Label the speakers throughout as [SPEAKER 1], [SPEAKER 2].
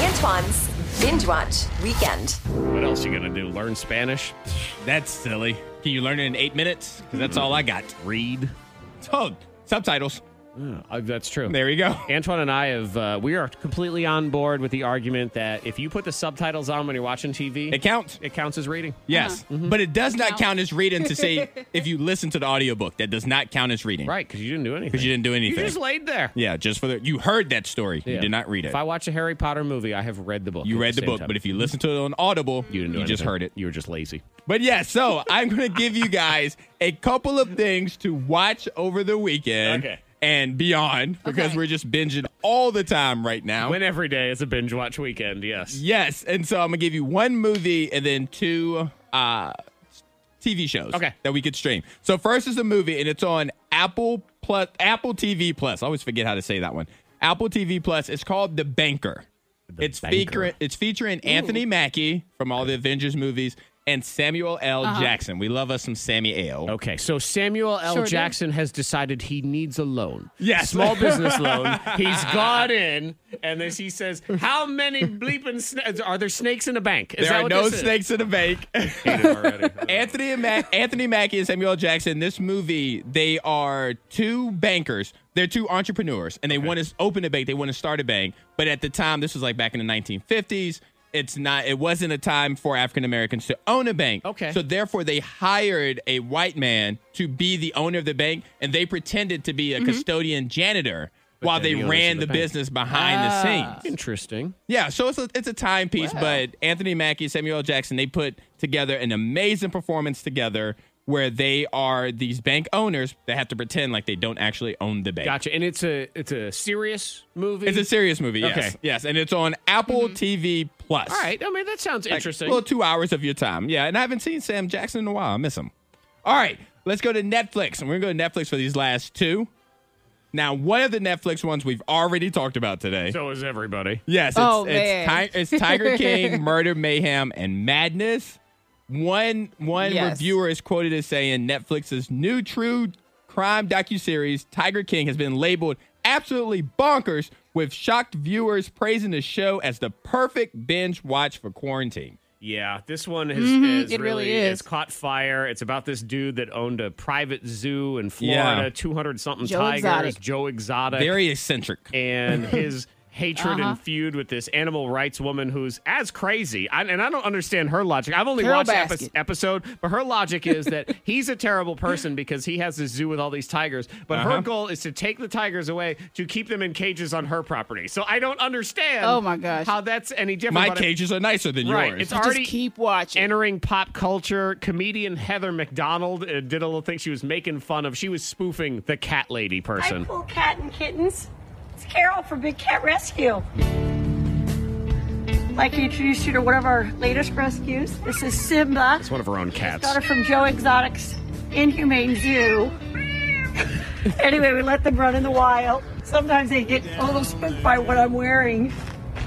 [SPEAKER 1] Antoine's Binge Watch Weekend.
[SPEAKER 2] What else you gonna do? Learn Spanish?
[SPEAKER 3] That's silly. Can you learn it in eight minutes? Because that's all I got.
[SPEAKER 2] Read?
[SPEAKER 3] Oh, subtitles.
[SPEAKER 2] Uh, that's true.
[SPEAKER 3] There you go.
[SPEAKER 2] Antoine and I have uh, we are completely on board with the argument that if you put the subtitles on when you're watching TV,
[SPEAKER 3] It counts.
[SPEAKER 2] It counts as reading.
[SPEAKER 3] Yes. But it does not count as reading to say if you listen to the audiobook. That does not count as reading.
[SPEAKER 2] Right, because you didn't do anything.
[SPEAKER 3] Because you didn't do anything.
[SPEAKER 2] just laid there.
[SPEAKER 3] yeah, just for the. You heard that story.
[SPEAKER 2] Yeah.
[SPEAKER 3] You did not read it.
[SPEAKER 2] If I watch a Harry Potter movie, I have read the book.
[SPEAKER 3] you
[SPEAKER 2] at
[SPEAKER 3] read the
[SPEAKER 2] same
[SPEAKER 3] book,
[SPEAKER 2] time.
[SPEAKER 3] but if you listen to it on Audible,
[SPEAKER 2] you didn't do
[SPEAKER 3] just
[SPEAKER 2] anything.
[SPEAKER 3] heard it.
[SPEAKER 2] you were just lazy.
[SPEAKER 3] But yeah, so I'm going to give you guys a couple of things to watch over the weekend
[SPEAKER 2] Okay.
[SPEAKER 3] and beyond because
[SPEAKER 1] Okay.
[SPEAKER 3] we're just binging all the time right now.
[SPEAKER 2] When every day is a binge watch weekend, yes.
[SPEAKER 3] yes, and so I'm going to give you one movie and then two uh TV shows
[SPEAKER 2] Okay.
[SPEAKER 3] that we could stream. So first is a movie and it's on Apple Plus Apple TV Plus. I always forget how to say that one. Apple TV Plus. It's called The Banker. it's
[SPEAKER 2] Banker.
[SPEAKER 3] featuring it's featuring Anthony Mackie from all the Avengers movies and Samuel L.
[SPEAKER 2] Uh-huh.
[SPEAKER 3] Jackson. We love us some Sammy L.
[SPEAKER 2] Okay, so Samuel L.
[SPEAKER 1] Sure do.
[SPEAKER 2] Jackson has decided he needs a loan.
[SPEAKER 3] Yes.
[SPEAKER 2] Small business loan. He's gone in, and then he says, How many bleeping snakes? Are there snakes in the bank? Is
[SPEAKER 3] There
[SPEAKER 2] that
[SPEAKER 3] are
[SPEAKER 2] what
[SPEAKER 3] no
[SPEAKER 2] this is?
[SPEAKER 3] snakes in the bank.
[SPEAKER 2] Hate him already.
[SPEAKER 3] Anthony and Mac- Anthony Mackie and Samuel L. Jackson. This movie, they are two bankers. They're two entrepreneurs, and they want to open a bank. They want to start a bank, but at the time, this was like back in the 1950s. It's not. It wasn't a time for African Americans to own a bank.
[SPEAKER 2] Okay.
[SPEAKER 3] So therefore, they hired a white man to be the owner of the bank, and they pretended to be a
[SPEAKER 2] Mm-hmm.
[SPEAKER 3] custodian janitor while
[SPEAKER 2] they're
[SPEAKER 3] they
[SPEAKER 2] the owners
[SPEAKER 3] ran
[SPEAKER 2] of
[SPEAKER 3] the,
[SPEAKER 2] the bank.
[SPEAKER 3] business behind
[SPEAKER 2] Ah.
[SPEAKER 3] the scenes.
[SPEAKER 2] Interesting.
[SPEAKER 3] Yeah, so it's a, it's a timepiece, but Anthony Mackie, Samuel L. Jackson, they put together an amazing performance together where they are these bank owners that have to pretend like they don't actually own the bank.
[SPEAKER 2] Gotcha. And it's a it's a serious movie.
[SPEAKER 3] It's a serious movie, yes.
[SPEAKER 2] Okay. Mm-hmm.
[SPEAKER 3] Yes, and it's on Apple TV Plus.
[SPEAKER 2] All right. I mean, that sounds interesting.
[SPEAKER 3] Well, two hours of your time. Yeah, and I haven't seen Sam Jackson in a while. I miss him. All right, let's go to Netflix, and we're going to go to Netflix for these last two. Now, one of the Netflix ones we've already talked about today.
[SPEAKER 2] so is everybody.
[SPEAKER 3] Yes, it's,
[SPEAKER 1] Oh,
[SPEAKER 3] it's,
[SPEAKER 1] man.
[SPEAKER 3] Ti- it's Tiger King, Murder, Mayhem, and Madness. One one
[SPEAKER 1] Yes.
[SPEAKER 3] reviewer is quoted as saying Netflix's new true crime docuseries, Tiger King, has been labeled absolutely bonkers, with shocked viewers praising the show as the perfect binge watch for quarantine.
[SPEAKER 2] Yeah, this one has, is
[SPEAKER 1] Mm-hmm. it really
[SPEAKER 2] really
[SPEAKER 1] is.
[SPEAKER 2] It's caught fire. It's about this dude that owned a private zoo in Florida,
[SPEAKER 3] Yeah.
[SPEAKER 2] two hundred something
[SPEAKER 1] Joe
[SPEAKER 2] tigers,
[SPEAKER 1] Exotic.
[SPEAKER 2] Joe Exotic,
[SPEAKER 3] Very eccentric.
[SPEAKER 2] and his hatred
[SPEAKER 1] Uh-huh.
[SPEAKER 2] and feud with this animal rights woman who's as crazy. I, and I don't understand her logic. I've only
[SPEAKER 1] Carol
[SPEAKER 2] watched the epi-
[SPEAKER 1] Baskin.
[SPEAKER 2] episode, but her logic is that he's a terrible person because he has this zoo with all these tigers. But
[SPEAKER 3] Uh-huh.
[SPEAKER 2] her goal is to take the tigers away to keep them in cages on her property. So I don't understand.
[SPEAKER 1] Oh, my gosh.
[SPEAKER 2] how that's any different?
[SPEAKER 3] My
[SPEAKER 2] but it-
[SPEAKER 3] cages are nicer than
[SPEAKER 2] Right,
[SPEAKER 3] yours.
[SPEAKER 2] it's
[SPEAKER 1] Just
[SPEAKER 2] Already
[SPEAKER 1] keep watching.
[SPEAKER 2] entering pop culture. Comedian Heather McDonald uh, did a little thing she was making fun of. She was spoofing the cat lady
[SPEAKER 4] Hi,
[SPEAKER 2] person.
[SPEAKER 4] cool cat and kittens. It's Carol from Big Cat Rescue. Like to introduce you to one of our latest rescues. This is Simba,
[SPEAKER 2] It's one of her own cats.
[SPEAKER 4] daughter from Joe Exotic's Inhumane Zoo. anyway, we let them run in the wild. Sometimes they get a little spooked by what I'm wearing.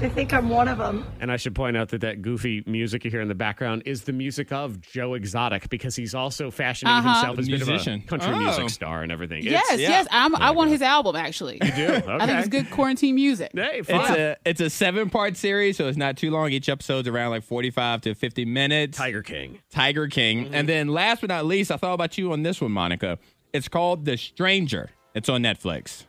[SPEAKER 4] They think I'm one of them.
[SPEAKER 2] And I should point out that that goofy music you hear in the background is the music of Joe Exotic because he's also fashioning himself as a bit of a
[SPEAKER 3] Musician.
[SPEAKER 2] country
[SPEAKER 3] Oh.
[SPEAKER 2] music star and everything. It's-
[SPEAKER 5] Uh-huh. Yes, yes. I'm, I want his album, actually. You do? I
[SPEAKER 2] Okay.
[SPEAKER 5] think it's good quarantine music.
[SPEAKER 2] Hey,
[SPEAKER 3] It's
[SPEAKER 2] fine.
[SPEAKER 3] a it's a seven part series, so it's not too long. Each episode's around like forty five to fifty minutes.
[SPEAKER 2] Tiger King.
[SPEAKER 3] Tiger King. And then last but not least, I thought about you on this one, Monica. It's called The Stranger. It's on Netflix.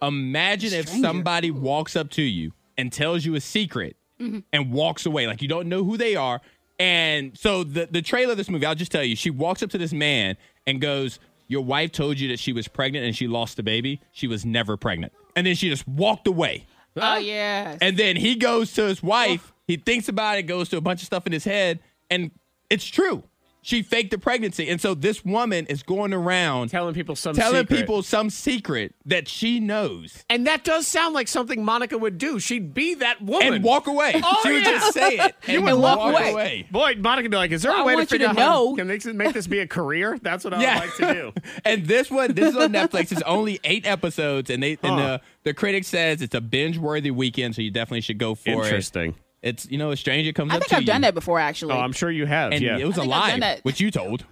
[SPEAKER 3] Imagine if somebody walks up to you and tells you a secret and walks away. Like you don't know who they are. And so the, the trailer of this movie, I'll just tell you, she walks up to this man and goes, Your wife told you that she was pregnant and she lost the baby. She was never pregnant. And then she just walked away.
[SPEAKER 5] Oh, yes.
[SPEAKER 3] And then he goes to his wife. He thinks about it, goes to a bunch of stuff in his head, and it's true. She faked the pregnancy. And so this woman is going around
[SPEAKER 2] Telling people some
[SPEAKER 3] telling
[SPEAKER 2] secret.
[SPEAKER 3] people some secret that she knows
[SPEAKER 2] And that does sound like something Monica would do. She'd be that woman.
[SPEAKER 3] and walk away.
[SPEAKER 2] Oh,
[SPEAKER 3] she would just say it and
[SPEAKER 5] would walk away.
[SPEAKER 2] Boy, Monica would be like, is there a
[SPEAKER 5] I
[SPEAKER 2] way to
[SPEAKER 5] want you
[SPEAKER 2] figure
[SPEAKER 5] to
[SPEAKER 2] out how
[SPEAKER 5] know.
[SPEAKER 2] to- can make this- make this be a career? That's what I
[SPEAKER 3] Yeah.
[SPEAKER 2] would like to do.
[SPEAKER 3] and this one, this is on Netflix. It's only eight episodes, and they and
[SPEAKER 2] Huh.
[SPEAKER 3] the, the critic says it's a binge worthy weekend, so you definitely should go for it.
[SPEAKER 2] Interesting.
[SPEAKER 3] It's you know a stranger comes
[SPEAKER 5] I
[SPEAKER 3] up
[SPEAKER 5] think
[SPEAKER 3] to
[SPEAKER 5] I've
[SPEAKER 3] you,
[SPEAKER 5] done that before, actually.
[SPEAKER 2] Oh, I'm sure you have.
[SPEAKER 3] and
[SPEAKER 2] yeah.
[SPEAKER 3] it was a
[SPEAKER 5] think I've
[SPEAKER 3] lie,
[SPEAKER 5] done that.
[SPEAKER 3] which you told.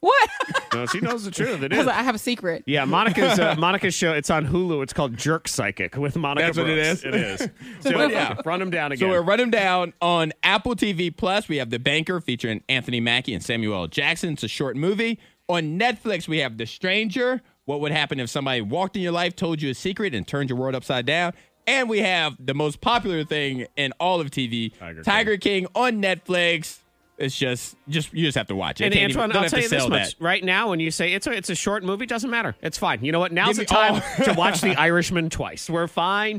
[SPEAKER 5] What?
[SPEAKER 2] No, she knows the truth. It
[SPEAKER 5] I was
[SPEAKER 2] is.
[SPEAKER 5] like, I have a secret.
[SPEAKER 2] Yeah, Monica's uh, Monica's show. It's on Hulu. It's called Jerk Psychic with Monica.
[SPEAKER 3] That's what it
[SPEAKER 2] Brooks.
[SPEAKER 3] is?
[SPEAKER 2] It is. So yeah. run them down
[SPEAKER 3] So
[SPEAKER 2] again.
[SPEAKER 3] we're running down on Apple TV Plus. We have The Banker featuring Anthony Mackie and Samuel L. Jackson. It's a short movie. On Netflix, we have The Stranger. What would happen if somebody walked in your life, told you a secret, and turned your world upside down? And we have the most popular thing in all of TV,
[SPEAKER 2] Tiger King.
[SPEAKER 3] King. on Netflix. It's just, just you just have to watch it.
[SPEAKER 2] and
[SPEAKER 3] Can't even-
[SPEAKER 2] Antoine,
[SPEAKER 3] don't
[SPEAKER 2] I'll
[SPEAKER 3] have to
[SPEAKER 2] tell you this
[SPEAKER 3] sell
[SPEAKER 2] much right now. When you say it's a it's a short movie, doesn't matter. It's fine. You know what? Now's
[SPEAKER 3] Give
[SPEAKER 2] the
[SPEAKER 3] me all-
[SPEAKER 2] time to watch The Irishman twice. We're fine.